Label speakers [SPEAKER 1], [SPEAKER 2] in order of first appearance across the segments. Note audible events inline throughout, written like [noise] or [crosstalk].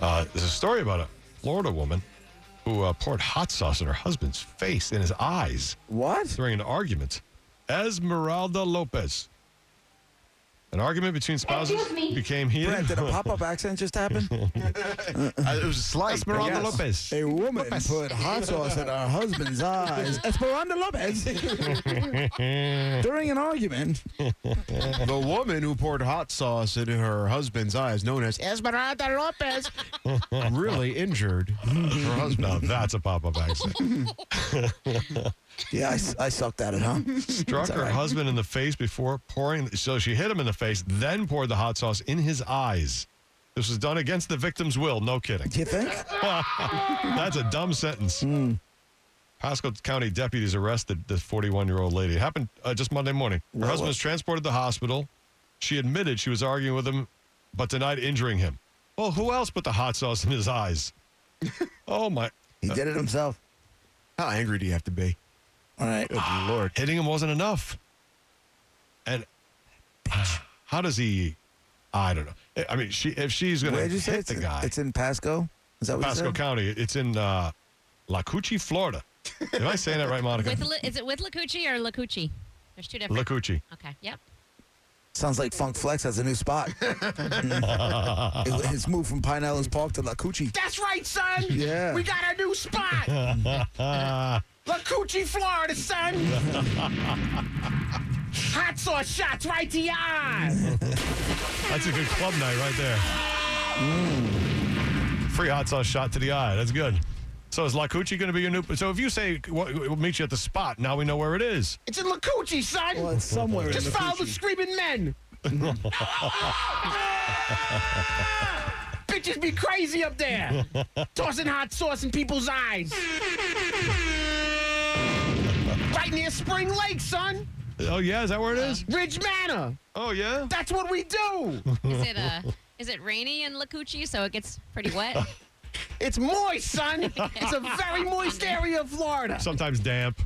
[SPEAKER 1] Uh, there's a story about a Florida woman who uh, poured hot sauce in her husband's face in his eyes
[SPEAKER 2] What?
[SPEAKER 1] during an argument. Esmeralda Lopez. An argument between spouses
[SPEAKER 3] Excuse me.
[SPEAKER 1] became heated. [laughs]
[SPEAKER 2] Brent, did
[SPEAKER 4] [laughs]
[SPEAKER 2] a pop-up accident just happen?
[SPEAKER 4] Uh, it was a slight.
[SPEAKER 1] Esmeralda
[SPEAKER 4] yes.
[SPEAKER 1] Lopez.
[SPEAKER 2] A woman put hot sauce in her husband's
[SPEAKER 5] [laughs]
[SPEAKER 2] eyes.
[SPEAKER 4] [laughs]
[SPEAKER 2] Esperanza Lopez. During an argument.
[SPEAKER 4] The woman who poured hot sauce into her husband's
[SPEAKER 1] [laughs]
[SPEAKER 4] eyes, known as Esmeralda Lopez, really injured her husband.
[SPEAKER 1] Now that's a pop
[SPEAKER 4] [laughs]
[SPEAKER 1] up accident.
[SPEAKER 2] Yeah, I, s- I sucked at it, huh?
[SPEAKER 1] Struck her husband in the face before pouring. So she hit him in the face, then poured the hot sauce in his eyes. This was done against the victim's will. No kidding.
[SPEAKER 2] Do you think?
[SPEAKER 1] That's a dumb sentence.
[SPEAKER 2] Hmm.
[SPEAKER 1] Pasco County deputies arrested the 41 year old lady. It happened uh, just Monday morning. Her husband was transported to the hospital. She admitted she was arguing with him, but denied injuring him. Well, who else put the hot sauce in his
[SPEAKER 2] [laughs]
[SPEAKER 1] eyes? oh, my.
[SPEAKER 2] He did it himself.
[SPEAKER 4] How angry do you have to be?
[SPEAKER 2] All right.
[SPEAKER 4] Good lord.
[SPEAKER 1] Hitting him wasn't enough. And how does he? I don't know. I mean, she if she's going to
[SPEAKER 2] Where'd you
[SPEAKER 1] hit
[SPEAKER 2] say it's,
[SPEAKER 1] the guy.
[SPEAKER 2] it's in Pasco? Is that what you
[SPEAKER 1] Pasco
[SPEAKER 2] said?
[SPEAKER 1] County. It's in uh, Lacucci, Florida. Am I saying that right, Monica?
[SPEAKER 3] With, Li- is it with Lacucci or Lacucci? There's two different.
[SPEAKER 1] Lacucci.
[SPEAKER 3] okay. Yep.
[SPEAKER 2] Sounds like Funk Flex has a
[SPEAKER 4] [laughs]
[SPEAKER 2] new spot. It- it's moved from Pine Islands Park to La Coochie.
[SPEAKER 5] That's right, son.
[SPEAKER 2] Yeah.
[SPEAKER 5] We got a new spot. La Coochie, Florida, son. Hot sauce shots right to your eyes.
[SPEAKER 1] That's a good club night right there. Free hot sauce shot to the eye. That's good. So is Lacucci going to be your new? So if you say "Well, we'll meet you at the spot, now we know where it is.
[SPEAKER 5] It's in La Coochie, son.
[SPEAKER 2] Well, it's somewhere in
[SPEAKER 5] Just
[SPEAKER 2] the
[SPEAKER 5] follow the
[SPEAKER 2] Coochie.
[SPEAKER 5] screaming men. Bitches be crazy up there, tossing hot sauce in people's eyes. right near Spring Lake, son.
[SPEAKER 1] Oh yeah, is that where it is?
[SPEAKER 5] Ridge Manor.
[SPEAKER 1] Oh yeah.
[SPEAKER 5] That's what we do.
[SPEAKER 3] Is it uh, is it rainy in Lacucci so it gets pretty
[SPEAKER 2] [laughs]
[SPEAKER 3] wet?
[SPEAKER 5] It's moist, son. It's a very moist area of Florida.
[SPEAKER 1] Sometimes damp,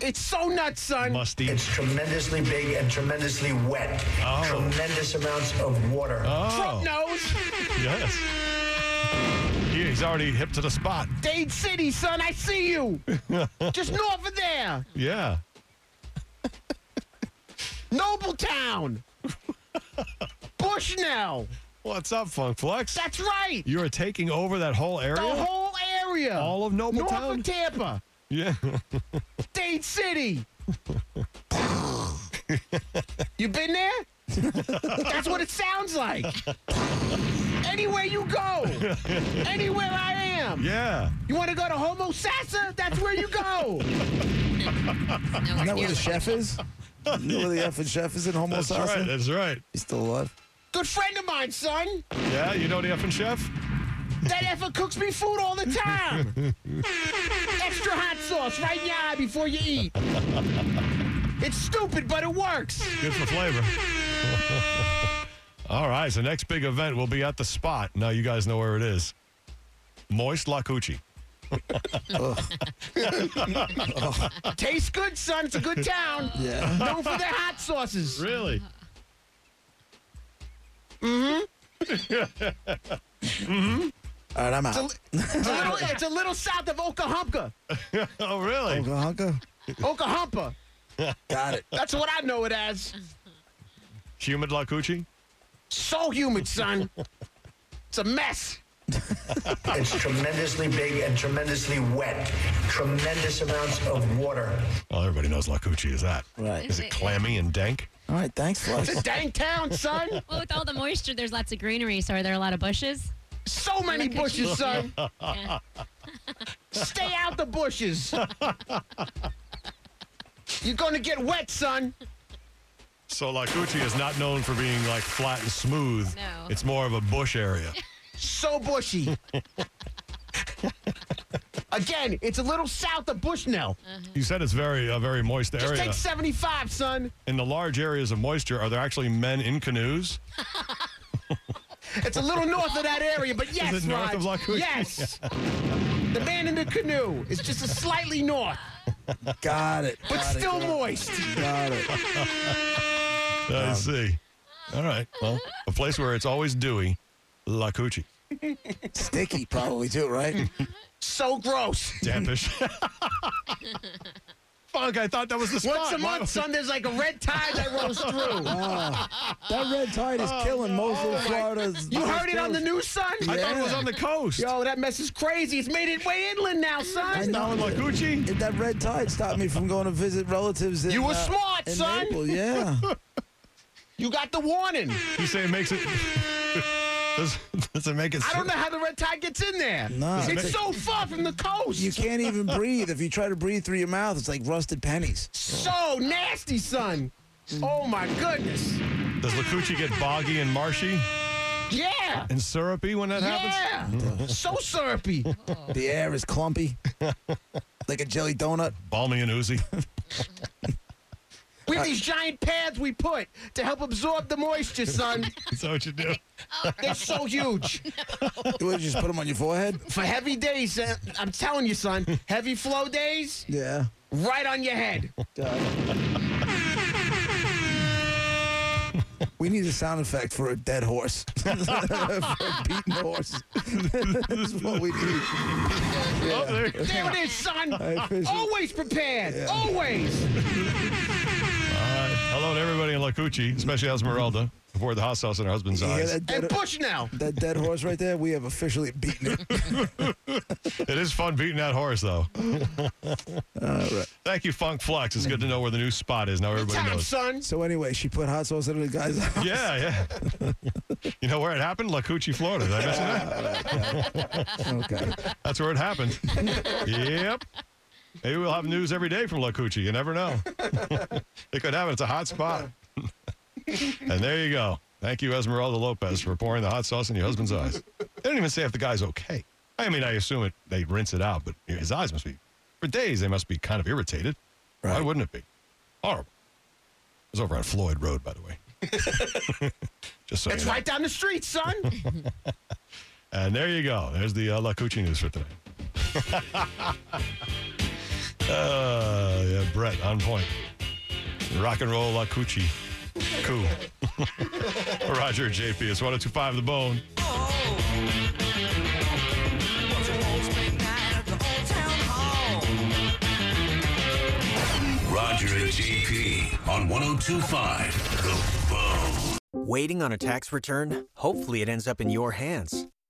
[SPEAKER 5] It's so nuts, son.
[SPEAKER 1] musty.
[SPEAKER 6] It's tremendously big and tremendously wet.
[SPEAKER 1] Oh.
[SPEAKER 6] Tremendous amounts of water.
[SPEAKER 1] Oh
[SPEAKER 5] Trump knows.
[SPEAKER 1] yes. He- He's already hip to the spot.
[SPEAKER 5] Dade City, son. I see
[SPEAKER 1] [laughs]
[SPEAKER 5] you. Just north of there.
[SPEAKER 1] Yeah.
[SPEAKER 5] Nobletown. Bushnell.
[SPEAKER 1] What's up, Funk Flex?
[SPEAKER 5] That's right.
[SPEAKER 1] You are taking over that whole area.
[SPEAKER 5] The whole area.
[SPEAKER 1] All of
[SPEAKER 5] north
[SPEAKER 1] Nobletown.
[SPEAKER 5] of Tampa.
[SPEAKER 1] yeah. [laughs]
[SPEAKER 5] Dade City. you been there? That's what it sounds like. Anywhere you go, anywhere I am.
[SPEAKER 1] yeah.
[SPEAKER 5] You want to go to Homo Sassa? That's where you go.
[SPEAKER 3] No,
[SPEAKER 2] Isn't that where the chef is? Isn't that where the effing chef is in Homo
[SPEAKER 1] That's
[SPEAKER 2] Salsa?
[SPEAKER 1] right. That's right.
[SPEAKER 2] He's still alive.
[SPEAKER 5] Good friend of mine, son.
[SPEAKER 1] Yeah. You know the effing chef.
[SPEAKER 5] That effort cooks me food all the time. Extra hot sauce right in your eye before you eat. It's stupid, but it works.
[SPEAKER 1] Good for flavor. [laughs] All right, so next big event will be at the spot. Now you guys know where it is. Moist Lacucci.
[SPEAKER 5] Tastes good, son. It's a good town.
[SPEAKER 2] Yeah.
[SPEAKER 5] Known for their hot sauces.
[SPEAKER 1] Really?
[SPEAKER 2] All right, I'm
[SPEAKER 5] It's a,
[SPEAKER 2] out.
[SPEAKER 5] li- it's a little, it's a little south of Okahumpka.
[SPEAKER 1] [laughs] Oh, really?
[SPEAKER 2] Oklahoma.
[SPEAKER 5] Okahumpa.
[SPEAKER 2] Got it.
[SPEAKER 5] That's what I know it as.
[SPEAKER 1] Humid Lacucci?
[SPEAKER 5] So humid, son. It's a mess.
[SPEAKER 6] It's tremendously big and tremendously wet. Tremendous amounts of water.
[SPEAKER 1] Well, everybody knows Lacucci is that.
[SPEAKER 2] Right.
[SPEAKER 1] Is it clammy and dank?
[SPEAKER 2] All right, thanks, Flex.
[SPEAKER 5] [laughs] It's a dang town, son.
[SPEAKER 3] Well, with all the moisture, there's lots of greenery. So are there a lot of bushes?
[SPEAKER 5] So many
[SPEAKER 3] Look at you.
[SPEAKER 5] bushes, son.
[SPEAKER 3] Yeah.
[SPEAKER 5] Stay out
[SPEAKER 1] [laughs]
[SPEAKER 5] the bushes. You're gonna get wet, son.
[SPEAKER 1] So Lacucci is not known for being like flat and smooth.
[SPEAKER 3] No.
[SPEAKER 1] It's more of a bush area.
[SPEAKER 5] so bushy. Again, it's a little south of Bushnell.
[SPEAKER 1] You said it's very a very moist
[SPEAKER 5] Just
[SPEAKER 1] area.
[SPEAKER 5] take 75, son.
[SPEAKER 1] In the large areas of moisture, are there actually men in canoes?
[SPEAKER 5] It's a little north of that
[SPEAKER 1] [laughs]
[SPEAKER 5] area, but yes,
[SPEAKER 1] it north
[SPEAKER 5] Raj.
[SPEAKER 1] of Lacouche? [laughs]
[SPEAKER 5] Yes. the man in the canoe is just a slightly north,
[SPEAKER 2] Got it.
[SPEAKER 5] but
[SPEAKER 2] Got it,
[SPEAKER 5] still
[SPEAKER 2] got it,
[SPEAKER 5] moist.
[SPEAKER 2] Got it.
[SPEAKER 1] I see. All right. Well, a place where it's always dewy, La Coochie.
[SPEAKER 2] Sticky, probably too,
[SPEAKER 5] [laughs]
[SPEAKER 2] right?
[SPEAKER 5] So gross.
[SPEAKER 1] [laughs] Dampish. Fuck, I thought that was the spot.
[SPEAKER 5] Once a
[SPEAKER 1] Why-
[SPEAKER 5] month, son, there's like a red tide that
[SPEAKER 1] [laughs]
[SPEAKER 5] rolls through.
[SPEAKER 2] Ah, That red tide
[SPEAKER 5] Oh,
[SPEAKER 2] is killing most of Florida's.
[SPEAKER 5] You heard it on the news, son?
[SPEAKER 1] I thought it was on the coast.
[SPEAKER 5] Yo, that mess is crazy. It's made its way inland now,
[SPEAKER 2] I
[SPEAKER 5] son.
[SPEAKER 2] know.
[SPEAKER 1] Down in La Coochie?
[SPEAKER 2] If that red tide stopped me from going to visit relatives in
[SPEAKER 5] You were
[SPEAKER 2] uh,
[SPEAKER 5] smart,
[SPEAKER 2] in
[SPEAKER 5] son.
[SPEAKER 2] Naples. Yeah.
[SPEAKER 5] [laughs] You got the warning.
[SPEAKER 1] You say it [laughs] makes it. Does, does it make it.
[SPEAKER 5] I don't know how the red tide gets in there.
[SPEAKER 2] Nah.
[SPEAKER 5] It's so far from the coast.
[SPEAKER 2] You can't even breathe. If you try to breathe through your mouth, it's like rusted pennies.
[SPEAKER 5] so nasty, son. Oh my goodness.
[SPEAKER 1] Does La Coochie get boggy and marshy
[SPEAKER 5] Yeah.
[SPEAKER 1] and syrupy when that happens?
[SPEAKER 5] Yeah. so syrupy.
[SPEAKER 2] The air is
[SPEAKER 5] [laughs]
[SPEAKER 2] clumpy, like a jelly donut.
[SPEAKER 1] Balmy and oozy.
[SPEAKER 5] We have these giant pads we put to help absorb the moisture, son.
[SPEAKER 1] [laughs] Is that what you [laughs] do?
[SPEAKER 5] They're so huge.
[SPEAKER 2] You would just put them on your forehead.
[SPEAKER 5] For heavy days, uh, I'm telling you, son, heavy flow days,
[SPEAKER 2] Yeah.
[SPEAKER 5] right on your head.
[SPEAKER 2] Got it. We need a sound effect for a dead horse, [laughs] for a beaten horse. [laughs] That's what we need.
[SPEAKER 1] Oh, there-
[SPEAKER 5] There it is, son.
[SPEAKER 2] I appreciate-
[SPEAKER 5] Always prepared. Always.
[SPEAKER 1] Hello to everybody in La Coochie, especially Esmeralda, aboard the hot sauce in her husband's
[SPEAKER 2] You hear
[SPEAKER 1] eyes.
[SPEAKER 2] that
[SPEAKER 5] And
[SPEAKER 2] dead,
[SPEAKER 5] Bushnell.
[SPEAKER 2] that dead horse right there? We have officially beaten it.
[SPEAKER 1] It is fun beating that horse, though. [laughs] Thank you, Funk Flex. It's good to know where the new spot is. Now everybody
[SPEAKER 5] Time,
[SPEAKER 1] knows.
[SPEAKER 5] son.
[SPEAKER 2] So anyway, she put hot sauce into the guy's [laughs] eye.
[SPEAKER 1] Yeah, yeah. you know where it happened? La Coochie, Florida. Did I mention that?
[SPEAKER 2] Okay.
[SPEAKER 1] That's where it happened. yep. Maybe we'll have news every day from La Coochie. You never know. it could happen. It's a hot spot. and there you go. Thank you, Esmeralda Lopez, for pouring the hot sauce in your husband's eyes. They don't even say if the guy's okay. I mean, I assume it, they rinse it out, but his eyes must be, for days, they must be kind of irritated. Why
[SPEAKER 2] Right.
[SPEAKER 1] wouldn't it be? Horrible. It was over on Floyd Road, by the way. Just so
[SPEAKER 5] It's
[SPEAKER 1] you know.
[SPEAKER 5] right down the street, son.
[SPEAKER 1] And there you go. There's the uh, La Cucci news for today. [laughs] uh, yeah, Brett, on point. Rock and roll La Cucci. Cool. [laughs] Roger, JP. It's 1025 The Bone.
[SPEAKER 7] Roger and JP on 1025 The Bone.
[SPEAKER 8] Waiting on a tax return? Hopefully, it ends up in your hands.